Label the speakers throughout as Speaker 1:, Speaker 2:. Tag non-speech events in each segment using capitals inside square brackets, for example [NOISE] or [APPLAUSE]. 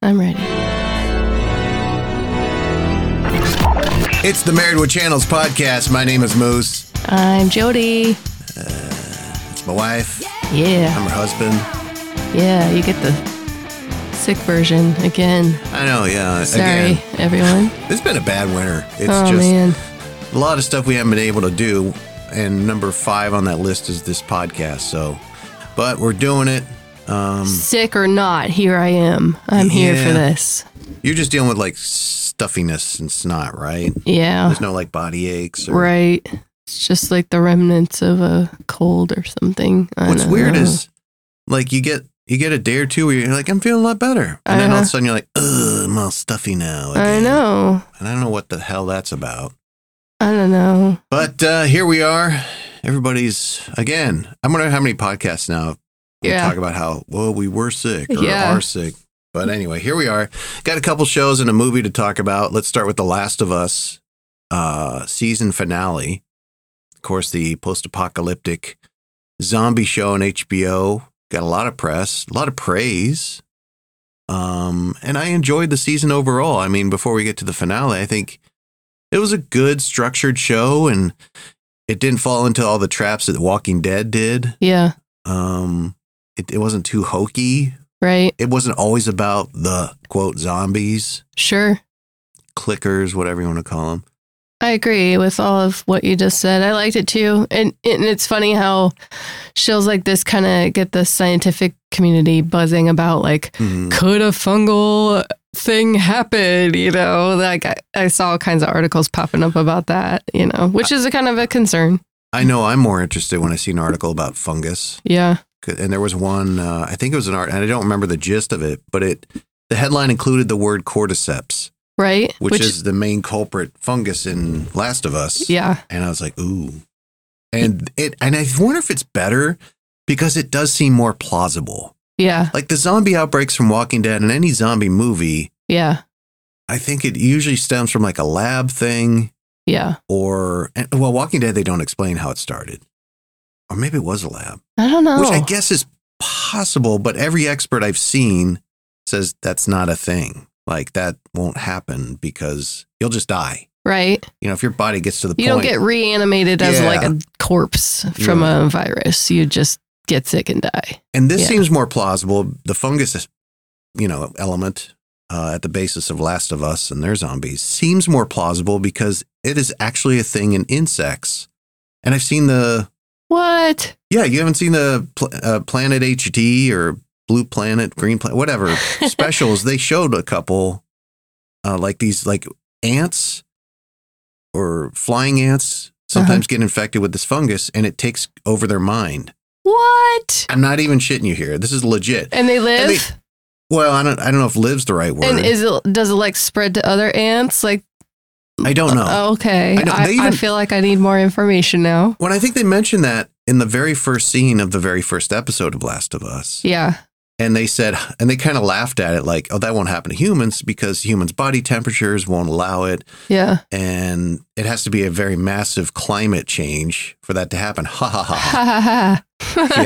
Speaker 1: I'm ready.
Speaker 2: It's the Married with Channels podcast. My name is Moose.
Speaker 1: I'm Jody.
Speaker 2: It's my wife. I'm
Speaker 1: Yeah.
Speaker 2: her husband.
Speaker 1: Yeah, you get the sick version again.
Speaker 2: I know, yeah.
Speaker 1: Sorry,
Speaker 2: Again,
Speaker 1: everyone.
Speaker 2: it's been a bad winter. [LAUGHS] It's
Speaker 1: oh,
Speaker 2: just
Speaker 1: man.
Speaker 2: a lot of stuff we haven't been able to do. And number five on that list is this podcast. So, but we're doing it. Um,
Speaker 1: Sick or not, here I am. I'm here
Speaker 2: Yeah.
Speaker 1: for this.
Speaker 2: You're just dealing with like stuffiness and snot, right?
Speaker 1: Yeah.
Speaker 2: There's no like body aches or.
Speaker 1: Right. It's just like the remnants of a cold or something. I
Speaker 2: What's
Speaker 1: don't
Speaker 2: weird
Speaker 1: know.
Speaker 2: is like you get. You get a day or two where you're like, I'm feeling a lot better. And then all of a
Speaker 1: Uh-huh.
Speaker 2: sudden you're like, ugh, I'm all stuffy now.
Speaker 1: I
Speaker 2: again."
Speaker 1: know.
Speaker 2: And I don't know what the hell that's about.
Speaker 1: I don't know.
Speaker 2: But uh, here we are. Everybody's again. I'm wondering how many podcasts now we
Speaker 1: Yeah.
Speaker 2: talk about how well we were sick or
Speaker 1: Yeah.
Speaker 2: are sick. But anyway, here we are. Got a couple shows and a movie to talk about. Let's start with The Last of Us uh, season finale. Of course, the post-apocalyptic zombie show on HBO got a lot of press, a lot of praise. Um, and I enjoyed the season overall. I mean, before we get to the finale, I think it was a good structured show and it didn't fall into all the traps that Walking Dead did.
Speaker 1: Yeah.
Speaker 2: Um, it, it wasn't too hokey.
Speaker 1: Right.
Speaker 2: It wasn't always about the quote zombies,
Speaker 1: Sure.
Speaker 2: clickers, whatever you want to call them.
Speaker 1: I agree with all of what you just said. I liked it too. And and it's funny how shows like this kind of get the scientific community buzzing about like
Speaker 2: Mm.
Speaker 1: could a fungal thing happen, you know? Like I, I saw all kinds of articles popping up about that, you know, which is a kind of a concern.
Speaker 2: I know I'm more interested when I see an article about fungus.
Speaker 1: Yeah.
Speaker 2: And there was one, uh, I think it was an art, and I don't remember the gist of it, but it the headline included the word cordyceps,
Speaker 1: Right?
Speaker 2: which, is the main culprit fungus in Last of Us.
Speaker 1: yeah.
Speaker 2: and I was like, ooh. And it and I wonder if it's better because it does seem more plausible.
Speaker 1: Yeah.
Speaker 2: Like the zombie outbreaks from Walking Dead and any zombie movie,
Speaker 1: Yeah.
Speaker 2: I think it usually stems from like a lab thing
Speaker 1: Yeah.
Speaker 2: or and, well, Walking Dead they don't explain how it started. Or maybe it was a lab,
Speaker 1: I don't know.
Speaker 2: which I guess is possible, but every expert I've seen says that's not a thing. Like that won't happen because you'll just die.
Speaker 1: right?
Speaker 2: You know, if your body gets to the
Speaker 1: You
Speaker 2: point
Speaker 1: don't get reanimated as
Speaker 2: Yeah.
Speaker 1: like a corpse from a virus. You just get sick and die.
Speaker 2: And this
Speaker 1: Yeah.
Speaker 2: seems more plausible. The fungus, you know, element uh, at the basis of Last of Us and their zombies seems more plausible because it is actually a thing in insects. And I've seen the
Speaker 1: What?
Speaker 2: yeah, you haven't seen the pl- uh, Planet HD or Blue Planet, Green
Speaker 1: [LAUGHS]
Speaker 2: Planet, whatever specials. They showed a couple uh, like these like ants or flying ants sometimes
Speaker 1: Uh-huh.
Speaker 2: get infected with this fungus and it takes over their mind.
Speaker 1: What?
Speaker 2: I'm not even shitting you here. This is legit.
Speaker 1: And they live?
Speaker 2: Well, I don't. I don't know if "lives" the right word.
Speaker 1: and is it does it like spread to other ants? Like
Speaker 2: I don't know.
Speaker 1: okay.
Speaker 2: Oh. I know,
Speaker 1: I,
Speaker 2: they
Speaker 1: I
Speaker 2: even-
Speaker 1: feel like I need more information now.
Speaker 2: When I think they mentioned that in the very first scene of the very first episode of Last of Us,
Speaker 1: Yeah.
Speaker 2: and they said, and they kind of laughed at it, like, "Oh, that won't happen to humans because humans' body temperatures won't allow it,
Speaker 1: Yeah.
Speaker 2: and it has to be a very massive climate change for that to happen." Ha ha ha. ha.
Speaker 1: [LAUGHS] Ha ha
Speaker 2: Uh-huh.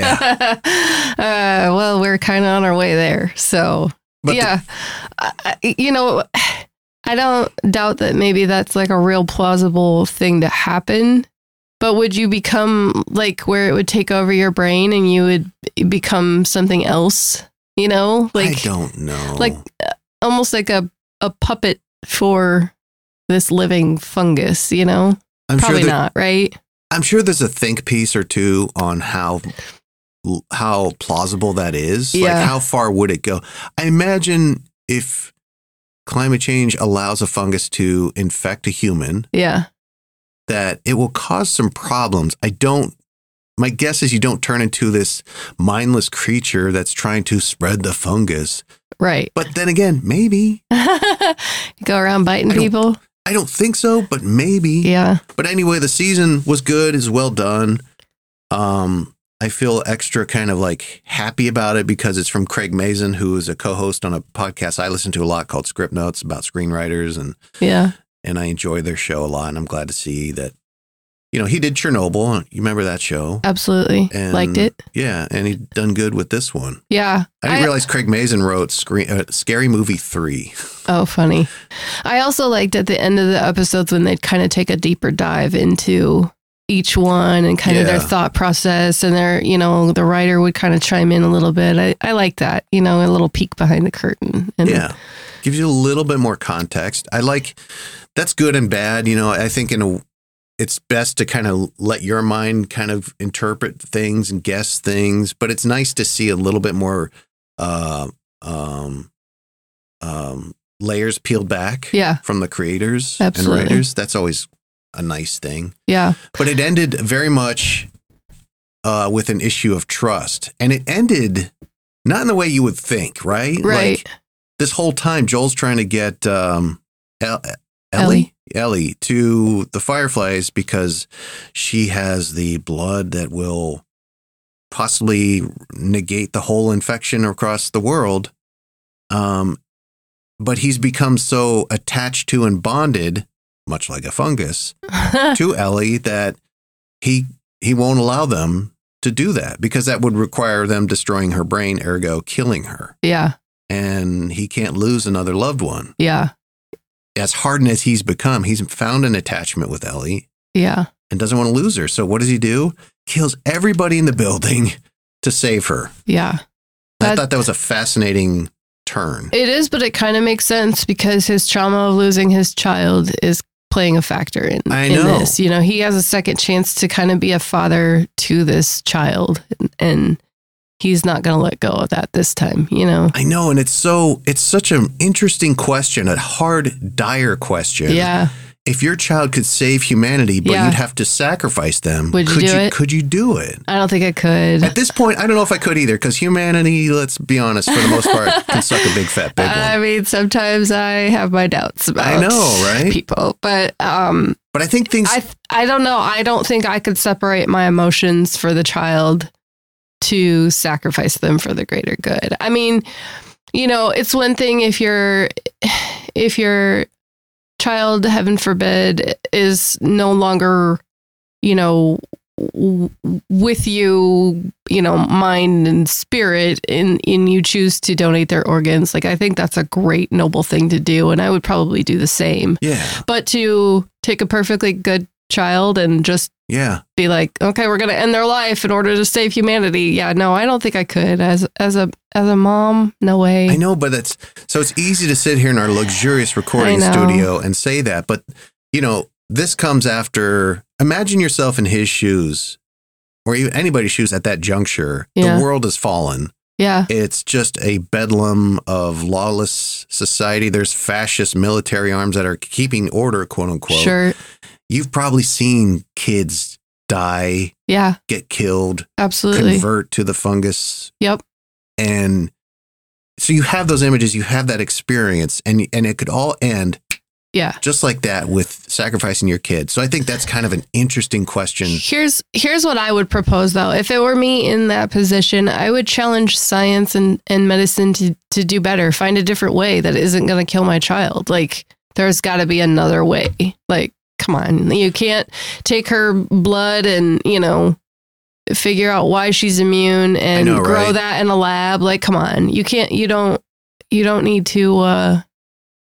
Speaker 1: ha. [LAUGHS] uh, well, we're kind of on our way there. So,
Speaker 2: But the-
Speaker 1: yeah. I, I- you know, I don't doubt that maybe that's like a real plausible thing to happen. But would you become like where it would take over your brain and you would become something else? You know, like
Speaker 2: I don't know.
Speaker 1: like almost like a, a puppet for this living fungus, you know?
Speaker 2: I'm
Speaker 1: Probably
Speaker 2: sure there-
Speaker 1: not, right?
Speaker 2: I'm sure there's a think piece or two on how how plausible that is.
Speaker 1: Yeah.
Speaker 2: Like how far would it go? I imagine if climate change allows a fungus to infect a human,
Speaker 1: Yeah.
Speaker 2: that it will cause some problems. I don't my guess is you don't turn into this mindless creature that's trying to spread the fungus.
Speaker 1: Right. [LAUGHS]
Speaker 2: But then again, maybe.
Speaker 1: Go around biting
Speaker 2: I don't-
Speaker 1: people.
Speaker 2: I don't think so, but maybe.
Speaker 1: Yeah.
Speaker 2: But anyway, the season was good. It's well done. Um, I feel extra kind of like happy about it because it's from Craig Mazin, who is a co-host on a podcast I listen to a lot called Script Notes about screenwriters, and
Speaker 1: Yeah.
Speaker 2: and I enjoy their show a lot. And I'm glad to see that, you know, he did Chernobyl. You remember that show?
Speaker 1: Absolutely.
Speaker 2: And-
Speaker 1: Liked it.
Speaker 2: Yeah, and he done good with this one.
Speaker 1: Yeah.
Speaker 2: I didn't realize Craig Mazin wrote screen, uh, Scary Movie 3.
Speaker 1: Oh, funny. I also liked at the end of the episodes when they'd kind of take a deeper dive into each one and kind of their
Speaker 2: Yeah.
Speaker 1: thought process and their, you know, the writer would kind of chime in a little bit. I, I like that, you know, a little peek behind the curtain. And
Speaker 2: Yeah. Gives you a little bit more context. I like that's good and bad. You know, I think in a, it's best to kind of let your mind kind of interpret things and guess things, but it's nice to see a little bit more, uh, um, um, layers peeled back
Speaker 1: Yeah.
Speaker 2: from the creators
Speaker 1: Absolutely.
Speaker 2: and writers. That's always a nice thing.
Speaker 1: Yeah. [LAUGHS]
Speaker 2: But it ended very much uh, with an issue of trust. And it ended not in the way you would think, right?
Speaker 1: Right.
Speaker 2: Like, this whole time, Joel's trying to get um, El- Ellie?
Speaker 1: Ellie.
Speaker 2: Ellie to the Fireflies because she has the blood that will possibly negate the whole infection across the world. Um, but he's become so attached to and bonded, much like a fungus, to Ellie that he he won't allow them to do that because that would require them destroying her brain, ergo killing her.
Speaker 1: yeah.
Speaker 2: And he can't lose another loved one.
Speaker 1: Yeah.
Speaker 2: As hardened as he's become, he's found an attachment with Ellie
Speaker 1: Yeah.
Speaker 2: and doesn't want to lose her. So what does he do? Kills everybody in the building to save her.
Speaker 1: Yeah.
Speaker 2: I
Speaker 1: That-
Speaker 2: thought that was a fascinating turn.
Speaker 1: It is, but it kind of makes sense because his trauma of losing his child is playing a factor in,
Speaker 2: I
Speaker 1: in
Speaker 2: know.
Speaker 1: this. You know, he has a second chance to kind of be a father to this child, and, and he's not going to let go of that this time, you know?
Speaker 2: I know, and it's so it's such an interesting question, a hard, dire question.
Speaker 1: Yeah.
Speaker 2: if your child could save humanity, but
Speaker 1: Yeah.
Speaker 2: you'd have to sacrifice them,
Speaker 1: Would you
Speaker 2: could
Speaker 1: do it?
Speaker 2: Could you do it?
Speaker 1: I don't think I could.
Speaker 2: At this point, I don't know if I could either, because humanity, let's be honest, for the most
Speaker 1: [LAUGHS]
Speaker 2: part, can suck a big fat big
Speaker 1: I
Speaker 2: one.
Speaker 1: mean, sometimes I have my doubts about
Speaker 2: I know, right?
Speaker 1: people, but um,
Speaker 2: But I think things.
Speaker 1: I th- I don't know. I don't think I could separate my emotions for the child to sacrifice them for the greater good. I mean, you know, it's one thing if your if your child, heaven forbid, is no longer, you know, w- with you, you know, mind and spirit, and and you choose to donate their organs. Like I think that's a great noble thing to do, and I would probably do the same
Speaker 2: yeah,
Speaker 1: but to take a perfectly good child and just
Speaker 2: yeah.
Speaker 1: be like, okay, we're gonna end their life in order to save humanity. Yeah, no, I don't think I could as as a as a mom. No way.
Speaker 2: I know, but that's so it's easy to sit here in our luxurious recording
Speaker 1: know.
Speaker 2: studio and say that. But, you know, this comes after imagine yourself in his shoes or even anybody's shoes at that juncture.
Speaker 1: Yeah.
Speaker 2: The world has fallen.
Speaker 1: Yeah,
Speaker 2: It's just a bedlam of lawless society. There's fascist military arms that are keeping order, quote unquote.
Speaker 1: sure.
Speaker 2: You've probably seen kids die,
Speaker 1: Yeah,
Speaker 2: get killed,
Speaker 1: absolutely.
Speaker 2: convert to the fungus.
Speaker 1: Yep.
Speaker 2: And so you have those images, you have that experience, and and it could all end
Speaker 1: Yeah.
Speaker 2: just like that with sacrificing your kid. So I think that's kind of an interesting question.
Speaker 1: Here's here's what I would propose though. If it were me in that position, I would challenge science and, and medicine to, to do better. Find a different way that isn't gonna kill my child. Like there's gotta be another way. Like, come on. You can't take her blood and, you know, figure out why she's immune and
Speaker 2: know,
Speaker 1: grow
Speaker 2: right?
Speaker 1: that in a lab. Like, come on. You can't you don't you don't need to uh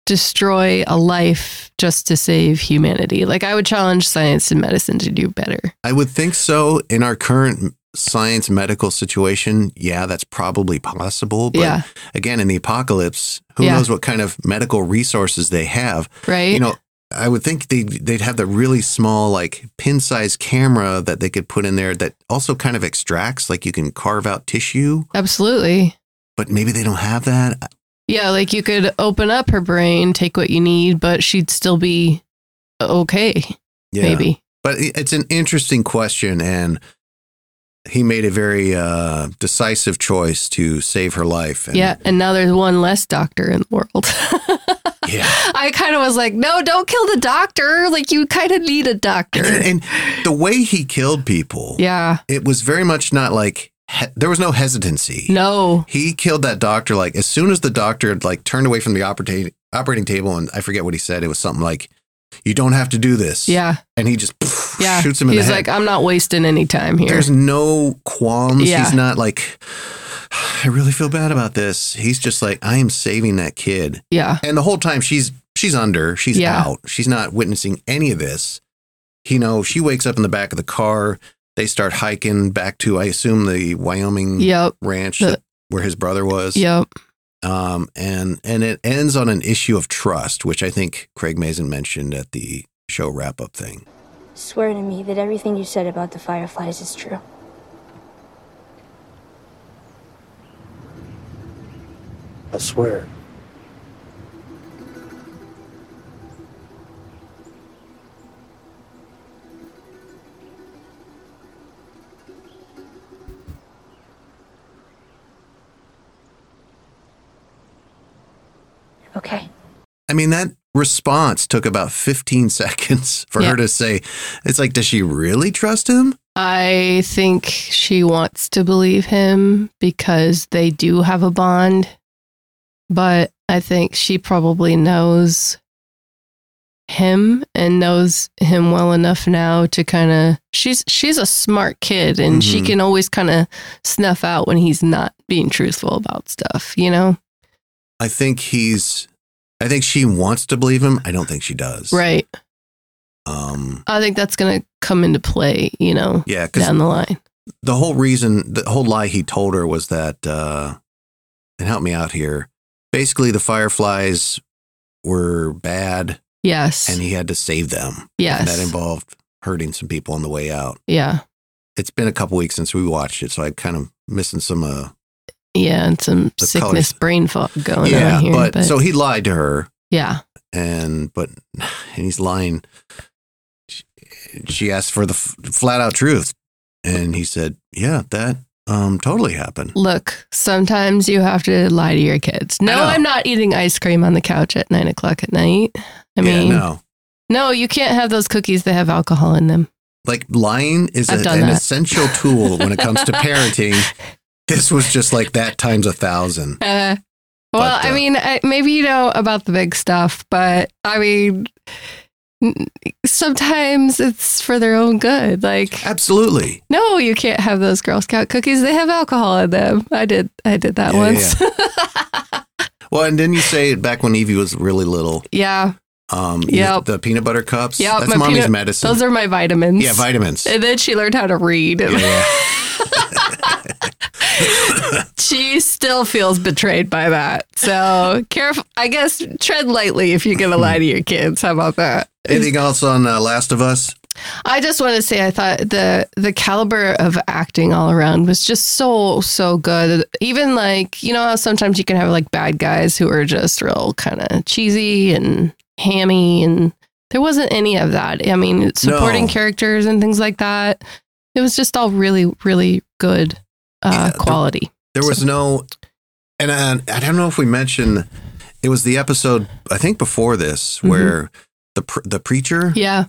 Speaker 1: destroy a life just to save humanity. Like I would challenge science and medicine to do better.
Speaker 2: I would think so in our current science medical situation. Yeah, that's probably possible. But
Speaker 1: yeah,
Speaker 2: again, in the apocalypse, who
Speaker 1: Yeah.
Speaker 2: knows what kind of medical resources they have?
Speaker 1: right?
Speaker 2: You know, I would think they'd, they'd have the really small, like pin sized camera that they could put in there that also kind of extracts, like you can carve out tissue,
Speaker 1: Absolutely.
Speaker 2: but maybe they don't have that.
Speaker 1: Yeah, like you could open up her brain, take what you need, but she'd still be okay,
Speaker 2: Yeah.
Speaker 1: maybe.
Speaker 2: But it- it's an interesting question. And he made a very uh, decisive choice to save her life. And
Speaker 1: yeah, and now there's one less doctor in the world.
Speaker 2: [LAUGHS]
Speaker 1: [LAUGHS]
Speaker 2: Yeah.
Speaker 1: I kind of was like, no, don't kill the doctor. Like you kind of need a doctor.
Speaker 2: And the way he killed people,
Speaker 1: yeah,
Speaker 2: it was very much not like he- there was no hesitancy.
Speaker 1: no,
Speaker 2: He killed that doctor like as soon as the doctor had, like turned away from the operating operating table and I forget what he said. It was something like you don't have to do this.
Speaker 1: Yeah.
Speaker 2: And he just pff,
Speaker 1: Yeah.
Speaker 2: shoots him in
Speaker 1: He's
Speaker 2: the head.
Speaker 1: like, I'm not wasting any time here.
Speaker 2: There's no qualms.
Speaker 1: Yeah.
Speaker 2: He's not like, I really feel bad about this. He's just like, I am saving that kid.
Speaker 1: yeah.
Speaker 2: And the whole time she's she's under, she's
Speaker 1: Yeah.
Speaker 2: out. She's not witnessing any of this. You know, she wakes up in the back of the car. They start hiking back to, I assume, the Wyoming
Speaker 1: Yep.
Speaker 2: ranch
Speaker 1: The-
Speaker 2: that, where his brother was.
Speaker 1: Yep.
Speaker 2: Um, and and it ends on an issue of trust, which I think Craig Mazin mentioned at the show wrap up thing.
Speaker 3: Swear to me that everything you said about the fireflies is true.
Speaker 4: I swear.
Speaker 3: Okay.
Speaker 2: I mean, that response took about 15 [LAUGHS] seconds for
Speaker 1: Yeah.
Speaker 2: her to say, it's like, does she really trust him?
Speaker 1: I think she wants to believe him because they do have a bond. But I think she probably knows him and knows him well enough now to kind of she's she's a smart kid and she
Speaker 2: Mhm.
Speaker 1: can always kind of snuff out when he's not being truthful about stuff, you know?
Speaker 2: I think he's, I think she wants to believe him. I don't think she does.
Speaker 1: Right.
Speaker 2: Um,
Speaker 1: I think that's going to come into play, you know,
Speaker 2: yeah, because
Speaker 1: down the line.
Speaker 2: the whole reason, the whole lie he told her was that, uh, and help me out here. Basically, the fireflies were bad
Speaker 1: Yes.
Speaker 2: and he had to save them. And
Speaker 1: yes.
Speaker 2: that involved hurting some people on the way out.
Speaker 1: yeah.
Speaker 2: It's been a couple weeks since we watched it, so I'm kind of missing some uh,
Speaker 1: Yeah, and some
Speaker 2: The
Speaker 1: sickness
Speaker 2: colours.
Speaker 1: brain fog going
Speaker 2: yeah,
Speaker 1: on here.
Speaker 2: but,
Speaker 1: But,
Speaker 2: so he lied to her,
Speaker 1: yeah,
Speaker 2: and but [SIGHS] and he's lying. She, she asked for the f- flat out truth, and he said, "Yeah, that um totally happened."
Speaker 1: look, sometimes you have to lie to your kids. No,
Speaker 2: know.
Speaker 1: I'm not eating ice cream on the couch at nine o'clock at night. I mean,
Speaker 2: yeah,
Speaker 1: no.
Speaker 2: no,
Speaker 1: you can't have those cookies that have alcohol in
Speaker 2: [LAUGHS]
Speaker 1: them.
Speaker 2: like lying is a,
Speaker 1: I've done
Speaker 2: an
Speaker 1: that.
Speaker 2: essential tool when it comes to
Speaker 1: [LAUGHS]
Speaker 2: parenting. This was just like that times a thousand.
Speaker 1: Uh, well,
Speaker 2: But, uh,
Speaker 1: I mean, I, maybe you know about the big stuff, but I mean, n- sometimes it's for their own good. Like,
Speaker 2: Uh, Absolutely,
Speaker 1: no, you can't have those Girl Scout cookies. They have alcohol in them. I did, I did that
Speaker 2: Yeah,
Speaker 1: once.
Speaker 2: Well, and didn't you say back when Evie was really little?
Speaker 1: [LAUGHS] yeah.
Speaker 2: Um,
Speaker 1: Yep.
Speaker 2: the peanut butter cups.
Speaker 1: Yep,
Speaker 2: that's
Speaker 1: my
Speaker 2: mommy's
Speaker 1: peanut-
Speaker 2: medicine.
Speaker 1: Those are my vitamins.
Speaker 2: yeah, vitamins.
Speaker 1: And then she learned how to read.
Speaker 2: Yeah, yeah.
Speaker 1: [LAUGHS] She still feels betrayed by that. [LAUGHS] So careful. I guess tread lightly if you're going to lie to your kids. How about that?
Speaker 2: Anything else on uh, Last of Us?
Speaker 1: I just want to say I thought the the caliber of acting all around was just so so good. Even like you know how sometimes you can have like bad guys who are just real kind of cheesy and hammy, and there wasn't any of that. I mean, supporting
Speaker 2: No.
Speaker 1: characters and things like that. It was just all really really good
Speaker 2: Yeah,
Speaker 1: uh,
Speaker 2: the-
Speaker 1: quality.
Speaker 2: There was no, and I, I don't know if we mentioned it was the episode I think before this
Speaker 1: Mhm.
Speaker 2: where the pr- the preacher
Speaker 1: Yeah,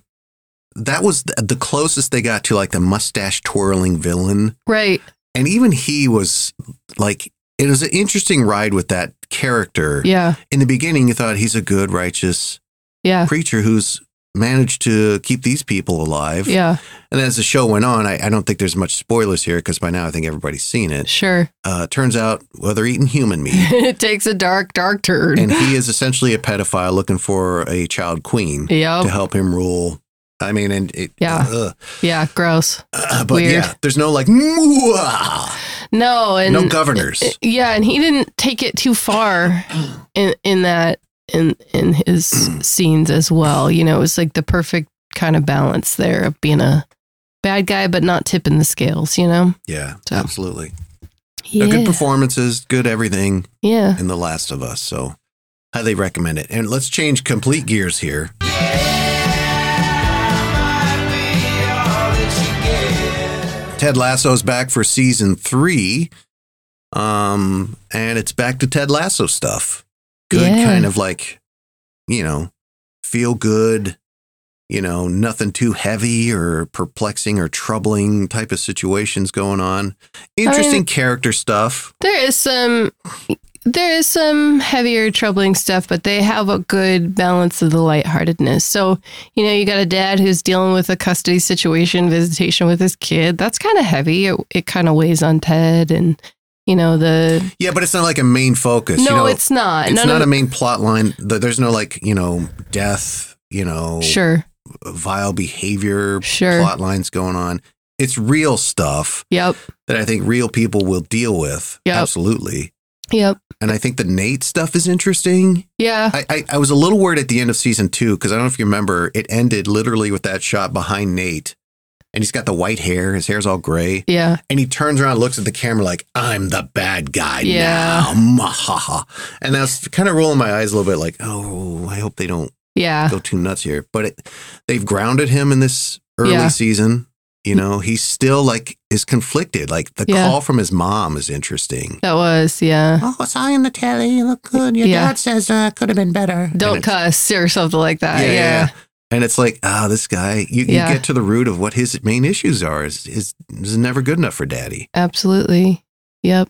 Speaker 2: that was the, the closest they got to like the mustache twirling villain,
Speaker 1: right.
Speaker 2: and even he was like it was an interesting ride with that character.
Speaker 1: Yeah,
Speaker 2: In the beginning, you thought he's a good, righteous
Speaker 1: yeah,
Speaker 2: preacher who's managed to keep these people alive.
Speaker 1: yeah.
Speaker 2: And as the show went on, I, I don't think there's much spoilers here because by now I think everybody's seen it.
Speaker 1: Sure. [LAUGHS]
Speaker 2: Uh, turns out, well, they're eating human meat.
Speaker 1: it takes a dark dark turn.
Speaker 2: and he is essentially a pedophile looking for a child queen to
Speaker 1: yeah,
Speaker 2: help him rule. I mean, and it,
Speaker 1: Yeah.
Speaker 2: ugh.
Speaker 1: yeah. Gross.
Speaker 2: Uh, but
Speaker 1: Weird.
Speaker 2: yeah, there's no like, "Mwah!"
Speaker 1: No, and
Speaker 2: no governors.
Speaker 1: Yeah, and he didn't take it too far in in that in in his
Speaker 2: Mm.
Speaker 1: scenes as well. You know, it was like the perfect kind of balance there of being a bad guy but not tipping the scales, you know?
Speaker 2: yeah,
Speaker 1: So.
Speaker 2: absolutely.
Speaker 1: Yeah.
Speaker 2: No, good performances, good everything
Speaker 1: yeah.
Speaker 2: in The Last of Us. So highly recommend it. And let's change complete gears here. Ted Lasso's back for season three. Um, and it's back to Ted Lasso stuff. Good
Speaker 1: Yeah.
Speaker 2: kind of like, you know, feel good, you know, nothing too heavy or perplexing or troubling type of situations going on. Interesting character stuff.
Speaker 1: There is some there is some heavier, troubling stuff, but they have a good balance of the lightheartedness. So, you know, you got a dad who's dealing with a custody situation, visitation with his kid. That's kind of heavy. It, it kind of weighs on Ted and, you know, the.
Speaker 2: Yeah, but it's not like a main focus.
Speaker 1: No,
Speaker 2: you know,
Speaker 1: it's not.
Speaker 2: it's
Speaker 1: None
Speaker 2: not a
Speaker 1: of,
Speaker 2: main plot line. Th- There's no like you know death, you know,
Speaker 1: Sure.
Speaker 2: vile behavior
Speaker 1: Sure.
Speaker 2: plot lines going on. It's real stuff
Speaker 1: Yep.
Speaker 2: that I think real people will deal with.
Speaker 1: Yep.
Speaker 2: Absolutely.
Speaker 1: Yep.
Speaker 2: And I think the Nate stuff is interesting.
Speaker 1: Yeah.
Speaker 2: I, I, I was a little worried at the end of season two because I don't know if you remember, it ended literally with that shot behind Nate. And he's got the white hair, his hair's all gray.
Speaker 1: Yeah.
Speaker 2: And he turns around, looks at the camera like, I'm the bad guy
Speaker 1: Yeah.
Speaker 2: now. Mahaha. And I was kind of rolling my eyes a little bit like, oh, I hope they don't
Speaker 1: Yeah.
Speaker 2: go too nuts here. But it, they've grounded him in this early
Speaker 1: Yeah.
Speaker 2: season. You know, he's still like, is conflicted. Like the
Speaker 1: Yeah.
Speaker 2: call from his mom is interesting.
Speaker 1: That was, yeah.
Speaker 2: Oh, I saw you on the telly. You look good. Your
Speaker 1: Yeah.
Speaker 2: dad says uh, could have been better.
Speaker 1: Don't
Speaker 2: cut.
Speaker 1: cuss or something like that. Yeah.
Speaker 2: And it's like, ah, this guy, you,
Speaker 1: Yeah.
Speaker 2: you get to the root of what his main issues are is, is, is never good enough for daddy.
Speaker 1: Absolutely. Yep.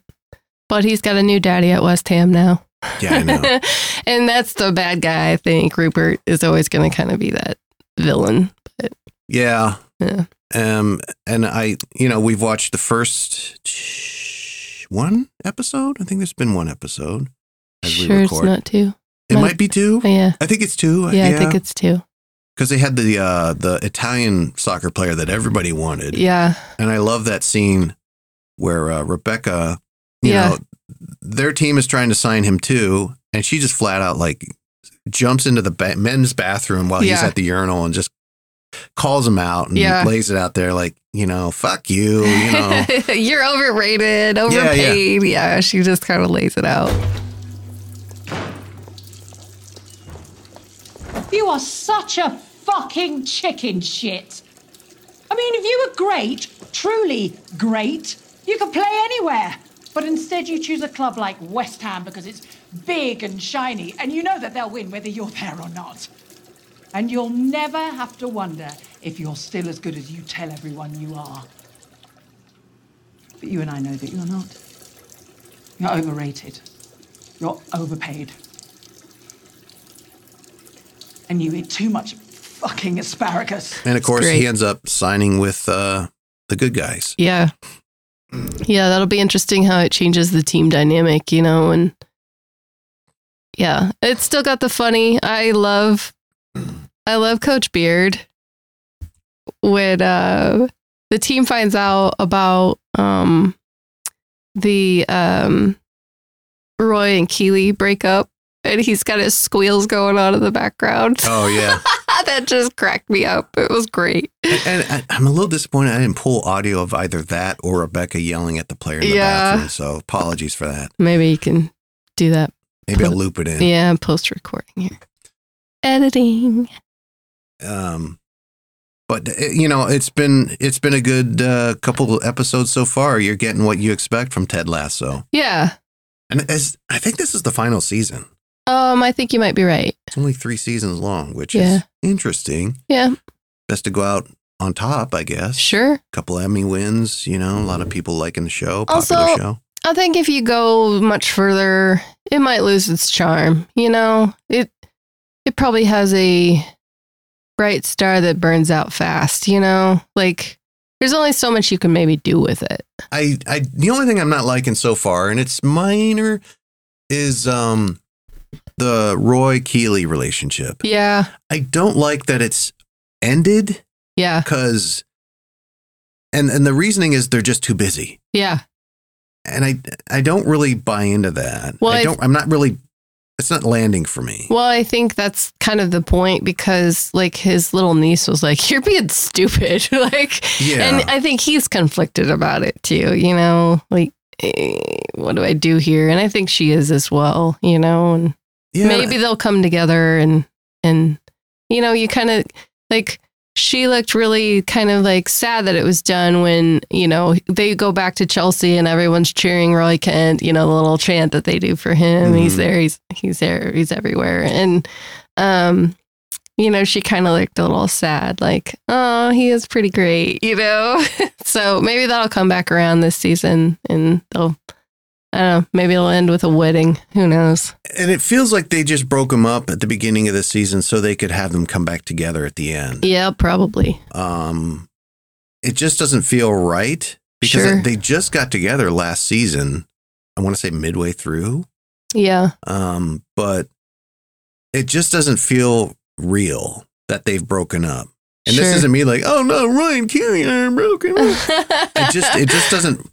Speaker 1: But he's got a new daddy at West Ham now.
Speaker 2: Yeah, I know.
Speaker 1: [LAUGHS] and that's the bad guy, I think. Rupert is always going to kind of be that villain.
Speaker 2: yeah.
Speaker 1: Yeah.
Speaker 2: Um, and I, you know, we've watched the first one episode. I think there's been one episode as we
Speaker 1: Sure, it's
Speaker 2: record.
Speaker 1: not two.
Speaker 2: it
Speaker 1: not-
Speaker 2: might be two.
Speaker 1: Oh, yeah.
Speaker 2: I think it's two.
Speaker 1: yeah. I think it's two.
Speaker 2: because they had the uh, the Italian soccer player that everybody wanted.
Speaker 1: Yeah.
Speaker 2: And I love that scene where uh, Rebecca, you
Speaker 1: Yeah.
Speaker 2: know, their team is trying to sign him too. And she just flat out like jumps into the ba- men's bathroom while he's
Speaker 1: Yeah.
Speaker 2: at the urinal and just calls him out and
Speaker 1: Yeah.
Speaker 2: lays it out there like, you know, fuck you,
Speaker 1: [LAUGHS]
Speaker 2: you know.
Speaker 1: You're overrated,
Speaker 2: yeah.
Speaker 1: overpaid. yeah she just kind of lays it out.
Speaker 5: You are such a fucking chicken shit. I mean, if you were great, truly great, you could play anywhere. But instead, you choose a club like West Ham because it's big and shiny, and you know that they'll win whether you're there or not. And you'll never have to wonder if you're still as good as you tell everyone you are. But you and I know that you're not. You're overrated. You're overpaid. And you eat too much fucking asparagus.
Speaker 2: and of course,
Speaker 1: great.
Speaker 2: he ends up signing with uh, the good guys.
Speaker 1: Yeah. Yeah, that'll be interesting how it changes the team dynamic, you know, and yeah, it's still got the funny. I love I love Coach Beard when uh the team finds out about um the um Roy and Keeley breakup and he's got his squeals going on in the background.
Speaker 2: Oh, yeah.
Speaker 1: [LAUGHS] that just cracked me up. It was great.
Speaker 2: and I, I'm a little disappointed I didn't pull audio of either that or Rebecca yelling at the player in the
Speaker 1: Yeah.
Speaker 2: bathroom. So apologies for that.
Speaker 1: Maybe you can do that
Speaker 2: Maybe I'll loop it in.
Speaker 1: Yeah, I'm post recording here. Editing.
Speaker 2: um but uh, you know it's been it's been a good uh, couple episodes so far you're getting what you expect from ted lasso
Speaker 1: Yeah.
Speaker 2: and as i think this is the final season
Speaker 1: Um, I think you might be right.
Speaker 2: it's only three seasons long which
Speaker 1: Yeah.
Speaker 2: is interesting
Speaker 1: Yeah.
Speaker 2: best to go out on top i guess
Speaker 1: Sure.
Speaker 2: couple emmy wins you know a lot of people liking the show
Speaker 1: Also-
Speaker 2: popular show
Speaker 1: I think if you go much further, it might lose its charm. You know, it it probably has a bright star that burns out fast, you know? Like there's only so much you can maybe do with it.
Speaker 2: I, I the only thing i'm not liking so far and it's minor is um the roy keeley relationship
Speaker 1: Yeah.
Speaker 2: i don't like that it's ended
Speaker 1: Yeah.
Speaker 2: because and and the reasoning is they're just too busy
Speaker 1: Yeah.
Speaker 2: and i i don't really buy into that
Speaker 1: Well,
Speaker 2: i
Speaker 1: I-
Speaker 2: don't i'm not really it's not landing for me
Speaker 1: Well, I think that's kind of the point because like his little niece was like, You're being stupid. [LAUGHS] like
Speaker 2: yeah
Speaker 1: And I think he's conflicted about it too, you know, like, eh, what do I do here? And I think she is as well, you know, and
Speaker 2: yeah
Speaker 1: maybe they'll come together and, and, you know, you kind of like, she looked really kind of like sad that it was done when, you know, they go back to Chelsea and everyone's cheering Roy Kent, you know, the little chant that they do for him. He's
Speaker 2: Mhm.
Speaker 1: there, he's, he's there, he's everywhere. And, um, you know, she kind of looked a little sad, like, oh, he is pretty [LAUGHS] great, you know? so maybe that'll come back around this season and they'll, I don't know. Maybe it'll end with a wedding. Who knows?
Speaker 2: And it feels like they just broke them up at the beginning of the season so they could have them come back together at the end.
Speaker 1: Yeah, probably.
Speaker 2: Um, it just doesn't feel right because
Speaker 1: Sure.
Speaker 2: they just got together last season. I want to say midway through,
Speaker 1: Yeah.
Speaker 2: um, but it just doesn't feel real that they've broken up. And this
Speaker 1: Sure. [LAUGHS]
Speaker 2: isn't me like, oh no, Ryan Carey and I are broken. up." it just it just doesn't.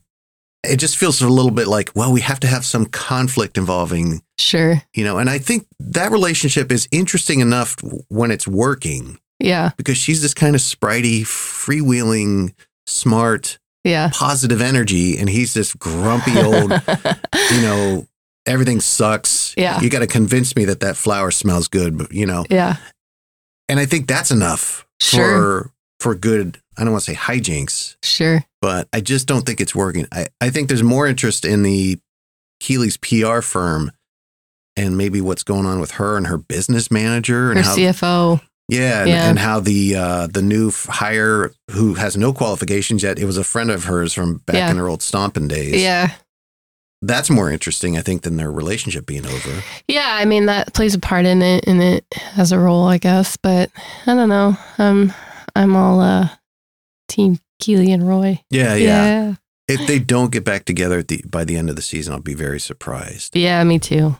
Speaker 2: It just feels a little bit like, well, we have to have some conflict involving
Speaker 1: sure.
Speaker 2: you know and i think that relationship is interesting enough when it's working
Speaker 1: Yeah.
Speaker 2: because she's this kind of spritey freewheeling smart
Speaker 1: Yeah.
Speaker 2: positive energy and he's this
Speaker 1: [LAUGHS]
Speaker 2: grumpy old you know everything sucks
Speaker 1: Yeah.
Speaker 2: you got to convince me that that flower smells good but, you know
Speaker 1: yeah.
Speaker 2: and i think that's enough
Speaker 1: Sure.
Speaker 2: for for good i don't want to say hijinks
Speaker 1: Sure.
Speaker 2: but i just don't think it's working i, I think there's more interest in the Keeley's PR firm and maybe what's going on with her and her business manager and
Speaker 1: Her
Speaker 2: how
Speaker 1: CFO.
Speaker 2: yeah, and,
Speaker 1: yeah.
Speaker 2: and how the uh, the new f- hire who has no qualifications yet it was a friend of hers from back
Speaker 1: Yeah.
Speaker 2: in her old stomping days
Speaker 1: Yeah.
Speaker 2: that's more interesting I think than their relationship being over
Speaker 1: Yeah. I mean, that plays a part in it and it has a role, I guess. But I don't know. Um, I'm all uh, team Keely and Roy.
Speaker 2: Uh, yeah yeah, if they don't get back together at the by the end of the season I'll be very surprised
Speaker 1: Yeah. Me too.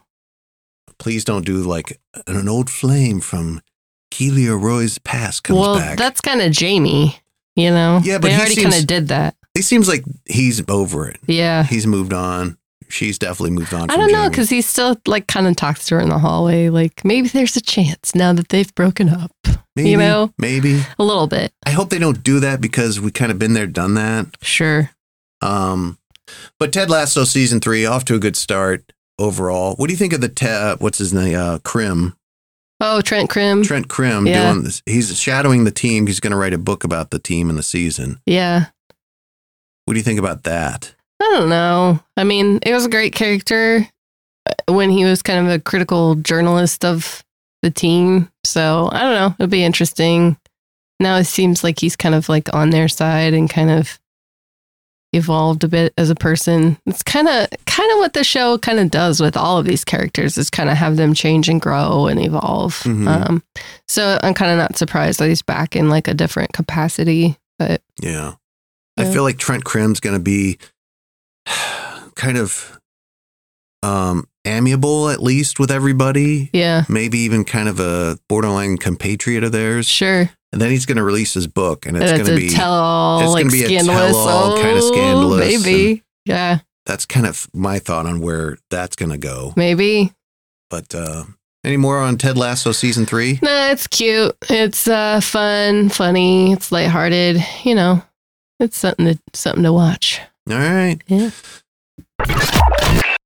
Speaker 2: please don't do like an old flame from Keeley or Roy's past comes
Speaker 1: well,
Speaker 2: back
Speaker 1: that's kind of Jamie, you know?
Speaker 2: Yeah, but
Speaker 1: they
Speaker 2: he
Speaker 1: already
Speaker 2: seems-
Speaker 1: kind of did that.
Speaker 2: it seems like he's over it
Speaker 1: Yeah.
Speaker 2: he's moved on. She's definitely moved on.
Speaker 1: Uh. I
Speaker 2: from
Speaker 1: don't know
Speaker 2: Jamie.
Speaker 1: because he still like kind of talks to her in the hallway. Like maybe there's a chance now that they've broken up
Speaker 2: maybe,
Speaker 1: know-
Speaker 2: maybe.
Speaker 1: a little bit.
Speaker 2: I hope they don't do that because we kind of been there, done that.
Speaker 1: Sure.
Speaker 2: Um, but Ted Lasso season three off to a good start overall. What do you think of the te- uh, what's his name? Uh, Krim
Speaker 1: Oh, Trent Krim.
Speaker 2: Trent Krim
Speaker 1: Yeah.
Speaker 2: doing this. He's shadowing the team. He's going to write a book about the team and the season.
Speaker 1: Yeah.
Speaker 2: What do you think about that?
Speaker 1: I don't know. I mean, it was a great character uh, when he was kind of a critical journalist of the team. So I don't know. It'll be interesting. Now it seems like he's kind of like on their side and kind of evolved a bit as a person. It's kind of kind of what the show kind of does with all of these characters is kind of have them change and grow and evolve.
Speaker 2: Mhm.
Speaker 1: Um, so I'm kind of not surprised that he's back in like a different capacity. But
Speaker 2: Yeah, I
Speaker 1: Yeah.
Speaker 2: feel like Trent Krim's going to be kind of um, amiable at least with everybody.
Speaker 1: yeah,
Speaker 2: maybe even kind of a borderline compatriot of theirs.
Speaker 1: sure.
Speaker 2: And then he's going to release his book, and it's
Speaker 1: That's
Speaker 2: going to be
Speaker 1: tell all
Speaker 2: it's
Speaker 1: like
Speaker 2: gonna be a
Speaker 1: scandalous,
Speaker 2: tell-all
Speaker 1: oh,
Speaker 2: kinda scandalous
Speaker 1: Maybe, yeah,
Speaker 2: that's kind of my thought on where that's going to go.
Speaker 1: maybe.
Speaker 2: But uh, any more on Ted Lasso season three?
Speaker 1: No, it's cute. It's uh, fun, funny. It's lighthearted. You know, it's something to something to watch.
Speaker 2: All right.
Speaker 1: Yeah.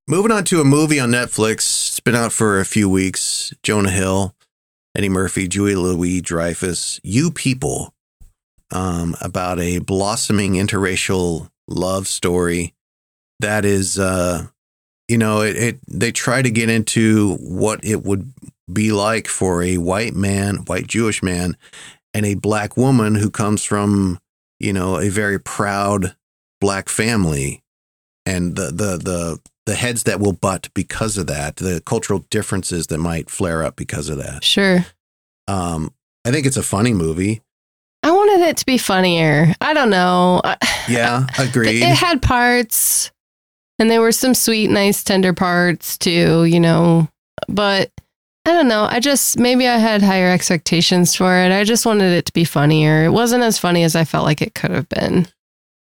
Speaker 2: Moving on to a movie on Netflix. It's been out for a few weeks. Jonah Hill, Eddie Murphy, Julia Louis Dreyfus, You People, um, about a blossoming interracial love story that is, uh, you know, it, it. They try to get into what it would be like for a white man, white Jewish man, and a black woman who comes from, you know, a very proud black family, and the the the the heads that will butt because of that, the cultural differences that might flare up because of that.
Speaker 1: Sure.
Speaker 2: Um, I think it's a funny movie.
Speaker 1: I wanted it to be funnier. I don't know. I- [LAUGHS]
Speaker 2: Yeah, agreed.
Speaker 1: It had parts, and there were some sweet, nice, tender parts too, you know. But I don't know. I just maybe I had higher expectations for it. I just wanted it to be funnier. It wasn't as funny as I felt like it could have been.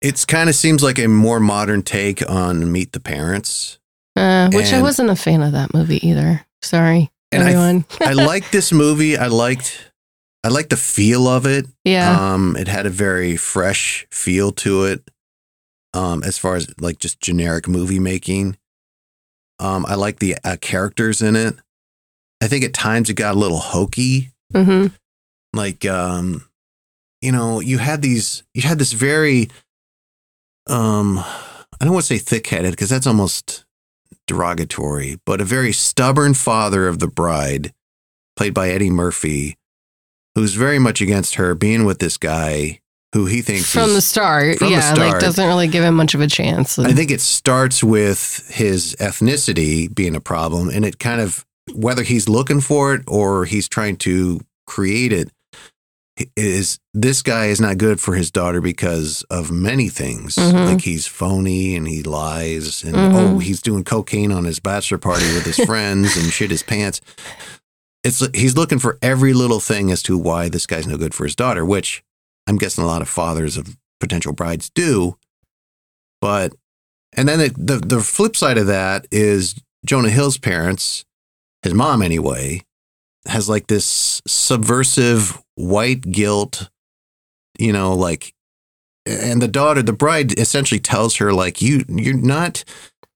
Speaker 2: It's kind of seems like a more modern take on Meet the Parents.
Speaker 1: Uh, which I
Speaker 2: And-
Speaker 1: wasn't a fan of that movie either. Sorry,
Speaker 2: And I-
Speaker 1: everyone. [LAUGHS]
Speaker 2: I liked this movie. I liked I liked the feel of it.
Speaker 1: yeah,
Speaker 2: Um, it had a very fresh feel to it. Um, as far as like just generic movie making, um, I like the uh, characters in it. I think at times it got a little hokey.
Speaker 1: hmm
Speaker 2: like um you know you had these you had this very um i don't want to say thick-headed because that's almost derogatory but a very stubborn father of the bride played by eddie murphy who's very much against her being with this guy who he thinks
Speaker 1: from
Speaker 2: is,
Speaker 1: the start.
Speaker 2: from the
Speaker 1: yeah, like
Speaker 2: start.
Speaker 1: doesn't really give him much of a chance.
Speaker 2: I think it starts with his ethnicity being a problem, and it kind of whether he's looking for it or he's trying to create it is this guy is not good for his daughter because of many things
Speaker 1: Mhm.
Speaker 2: like he's phony and he lies and
Speaker 1: Mhm.
Speaker 2: oh he's doing cocaine on his bachelor party with his friends and shit his pants it's he's looking for every little thing as to why this guy's no good for his daughter which i'm guessing a lot of fathers of potential brides do but and then the the, the flip side of that is jonah hill's parents his mom anyway has like this subversive white guilt, you know, like, and the daughter, the bride essentially tells her, like, you, you're not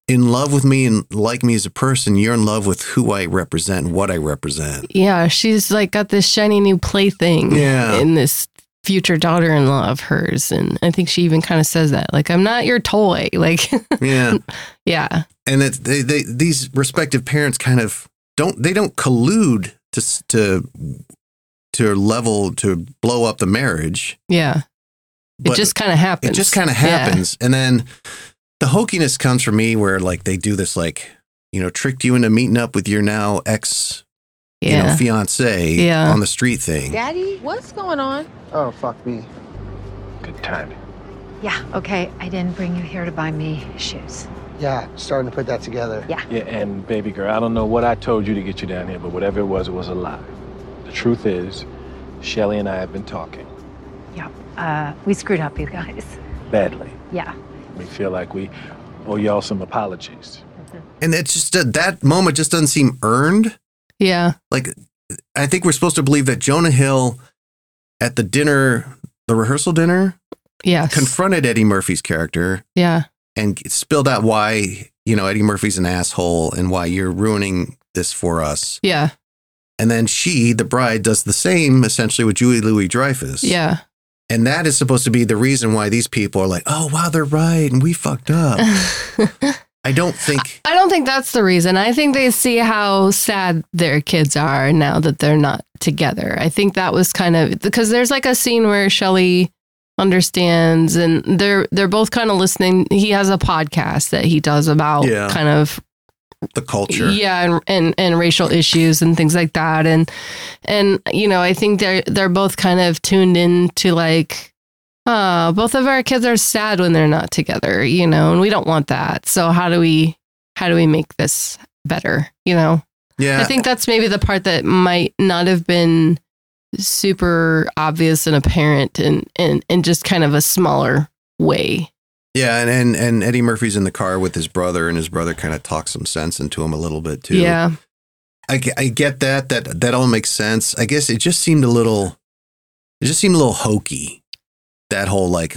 Speaker 2: in love with me and like me as a person. You're in love with who I represent and what
Speaker 1: [LAUGHS]
Speaker 2: I represent.
Speaker 1: yeah, she's like got this shiny new plaything
Speaker 2: Yeah.
Speaker 1: in this future daughter-in-law of hers, and I think she even kind of says that, like, "I'm not your toy." [LAUGHS] Like,
Speaker 2: Yeah.
Speaker 1: yeah,
Speaker 2: and that they, they, these respective parents kind of don't, they don't collude to, s- to, to level, to blow up the marriage.
Speaker 1: yeah, it just kind of happens.
Speaker 2: It just kind of
Speaker 1: Yeah.
Speaker 2: happens. And then the hokiness comes from me where like they do this like, you know, tricked you into meeting up with your now ex, you know,
Speaker 1: Yeah,
Speaker 2: fiance
Speaker 1: Yeah.
Speaker 2: on the street thing.
Speaker 6: Daddy, what's going on?
Speaker 4: Oh, fuck me.
Speaker 7: Good timing.
Speaker 8: Yeah, okay, I didn't bring you here to buy me shoes.
Speaker 4: Yeah, starting to put that together.
Speaker 7: Yeah, and baby girl, I don't know what I told you to get you down here, but whatever it was, it was a lie. The truth is, Shelly and I have been talking
Speaker 8: Yep. Uh, we screwed up, you guys.
Speaker 7: badly.
Speaker 8: Yeah.
Speaker 7: We feel like we owe y'all some apologies.
Speaker 2: And it's just that that moment just doesn't seem earned.
Speaker 1: yeah,
Speaker 2: Like I think we're supposed to believe that Jonah Hill at the dinner, the rehearsal dinner,
Speaker 1: yes,
Speaker 2: confronted Eddie Murphy's character
Speaker 1: yeah,
Speaker 2: and spilled out why, you know, Eddie Murphy's an asshole and why you're ruining this for us.
Speaker 1: yeah,
Speaker 2: And then she, the bride, does the same essentially with Julie Louis Dreyfus.
Speaker 1: yeah.
Speaker 2: And that is supposed to be the reason why these people are like, oh, wow, they're right. And we
Speaker 1: [LAUGHS]
Speaker 2: fucked up. I don't think.
Speaker 1: I don't think that's the reason. I think they see how sad their kids are now that they're not together. I think that was kind of because there's like a scene where Shelly understands and they're they're both kind of listening. He has a podcast that he does about
Speaker 2: Yeah.
Speaker 1: kind of
Speaker 2: The culture.
Speaker 1: yeah, and, and and racial issues and things like that. And and you know, I think they're they're both kind of tuned in to like, uh, both of our kids are sad when they're not together, you know, and we don't want that. So how do we how do we make this better? You know?
Speaker 2: Yeah.
Speaker 1: I think that's maybe the part that might not have been super obvious and apparent and and and just kind of a smaller way.
Speaker 2: yeah. And, and, and Eddie Murphy's in the car with his brother, and his brother kind of talks some sense into him a little bit, too.
Speaker 1: Yeah.
Speaker 2: I, ge- I get that. That that all makes sense. I guess it just seemed a little, it just seemed a little hokey. That whole like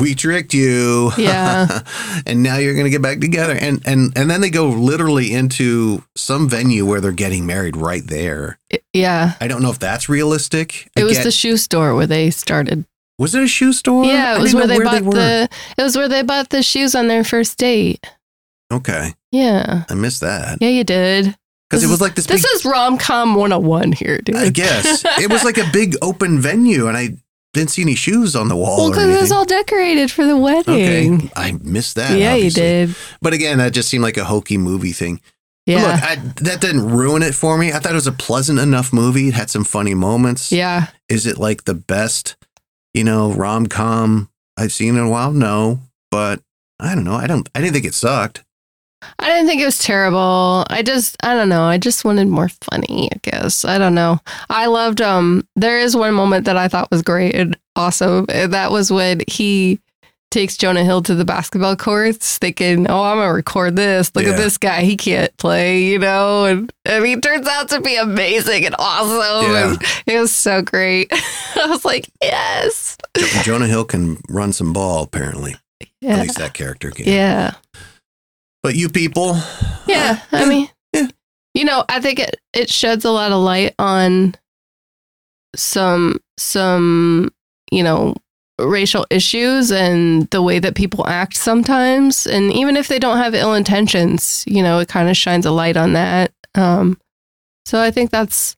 Speaker 2: we tricked you,
Speaker 1: Yeah.
Speaker 2: [LAUGHS] and now you're gonna get back together, and and and then they go literally into some venue where they're getting married right there.
Speaker 1: Yeah.
Speaker 2: I don't know if that's realistic. I
Speaker 1: It was
Speaker 2: get-
Speaker 1: the shoe store where they started
Speaker 2: was it a shoe store?
Speaker 1: Yeah,
Speaker 2: I
Speaker 1: it was
Speaker 2: didn't
Speaker 1: where
Speaker 2: know
Speaker 1: they bought
Speaker 2: were.
Speaker 1: the it was where they bought the shoes on their first date.
Speaker 2: Okay,
Speaker 1: Yeah.
Speaker 2: I missed that
Speaker 1: Yeah, you did.
Speaker 2: because
Speaker 1: This
Speaker 2: it was
Speaker 1: is-
Speaker 2: like this.
Speaker 1: This
Speaker 2: big,
Speaker 1: is rom com one oh one here, dude.
Speaker 2: I guess it was like a big open venue, and I didn't see any shoes on the wall.
Speaker 1: Well,
Speaker 2: or
Speaker 1: because it was
Speaker 2: anything.
Speaker 1: all decorated for the wedding.
Speaker 2: Okay, I missed that.
Speaker 1: yeah,
Speaker 2: obviously.
Speaker 1: you did.
Speaker 2: But again, that just seemed like a hokey movie thing. But
Speaker 1: Yeah.
Speaker 2: Look, I, that didn't ruin it for me. I thought it was a pleasant enough movie. It had some funny moments.
Speaker 1: yeah.
Speaker 2: Is it like the best, you know, rom com I've seen in a while? No, but I don't know. I don't. I didn't think it
Speaker 1: [LAUGHS]
Speaker 2: sucked.
Speaker 1: I didn't think it was terrible. I just I don't know. I just wanted more funny, I guess. I don't know. I loved um there is one moment that I thought was great and awesome. And that was when he takes Jonah Hill to the basketball courts thinking, Oh, I'm gonna record this. Look
Speaker 2: Yeah.
Speaker 1: at this guy, he can't play, you know, and and he turns out to be amazing and awesome.
Speaker 2: Yeah.
Speaker 1: And it was so great. [LAUGHS] I was like, Yes.
Speaker 2: Jonah Hill can run some ball, apparently. At
Speaker 1: Yeah.
Speaker 2: least that character can.
Speaker 1: Yeah.
Speaker 2: But you people,
Speaker 1: Yeah, I mean,
Speaker 2: yeah.
Speaker 1: you know, I think it it sheds a lot of light on some some you know racial issues and the way that people act sometimes, and even if they don't have ill intentions, you know, it kind of shines a light on that. Um, so I think that's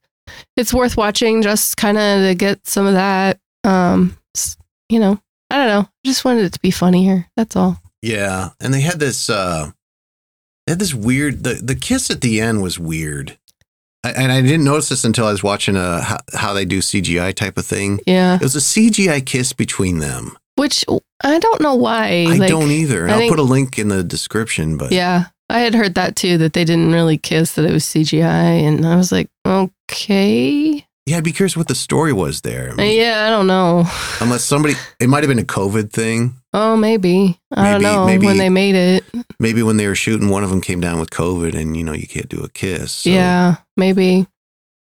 Speaker 1: it's worth watching just kind of to get some of that, um, s- you know, I don't know. Just wanted it to be funnier. That's all.
Speaker 2: Yeah, and they had this uh they had this weird the the kiss at the end was weird. I, and I didn't notice this until I was watching a how, how they do CGI type of thing.
Speaker 1: Yeah.
Speaker 2: It was a CGI kiss between them.
Speaker 1: Which I don't know why.
Speaker 2: I
Speaker 1: like-
Speaker 2: don't either. And
Speaker 1: I
Speaker 2: I'll
Speaker 1: think-
Speaker 2: put a link in the description, but
Speaker 1: Yeah. I had heard that too, that they didn't really kiss, that it was CGI. And I was like, okay.
Speaker 2: yeah, I'd be curious what the story was there. I
Speaker 1: Uh,
Speaker 2: mean,
Speaker 1: Yeah, I don't know.
Speaker 2: Unless somebody, it might have been a COVID thing.
Speaker 1: Oh, maybe. I don't
Speaker 2: Maybe-
Speaker 1: know
Speaker 2: maybe-
Speaker 1: when they made it.
Speaker 2: Maybe when they were shooting, one of them came down with COVID, and you know you can't do a kiss. So,
Speaker 1: Yeah, maybe.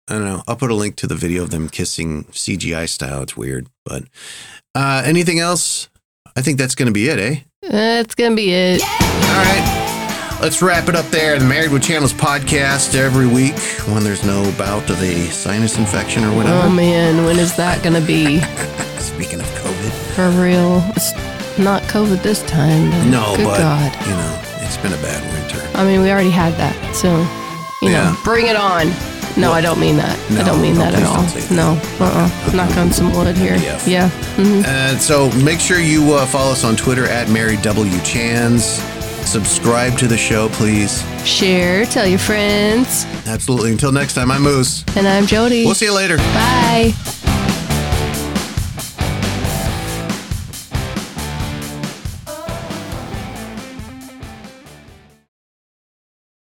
Speaker 2: I don't know. I'll put a link to the video of them kissing CGI style. It's weird, but uh, anything else? I think that's going to be it, eh?
Speaker 1: That's going to be it.
Speaker 2: All right. Let's wrap it up there. The Married with Channels podcast every week when there's no bout of a sinus infection or
Speaker 1: Oh,
Speaker 2: whatever.
Speaker 1: man. When is that going to be?
Speaker 2: [LAUGHS] Speaking of COVID,
Speaker 1: For real. It's not COVID this time. though.
Speaker 2: no,
Speaker 1: Good
Speaker 2: but
Speaker 1: God.
Speaker 2: you know it's been a bad winter.
Speaker 1: I mean, we already had that. So, you
Speaker 2: Yeah.
Speaker 1: know, bring it on. No,
Speaker 2: Well,
Speaker 1: I don't mean that.
Speaker 2: no,
Speaker 1: I don't mean
Speaker 2: no,
Speaker 1: that at
Speaker 2: please
Speaker 1: all.
Speaker 2: don't say that.
Speaker 1: No. Uh-uh. Knock on some wood here.
Speaker 2: MDF.
Speaker 1: Yeah. hmm
Speaker 2: And Uh, so make sure you uh, follow us on Twitter at Mary W Chans. Subscribe to the show, please.
Speaker 1: Share, tell your friends.
Speaker 2: Absolutely. Until next time, I'm Moose.
Speaker 1: And I'm Jody.
Speaker 2: We'll see you later.
Speaker 1: Bye.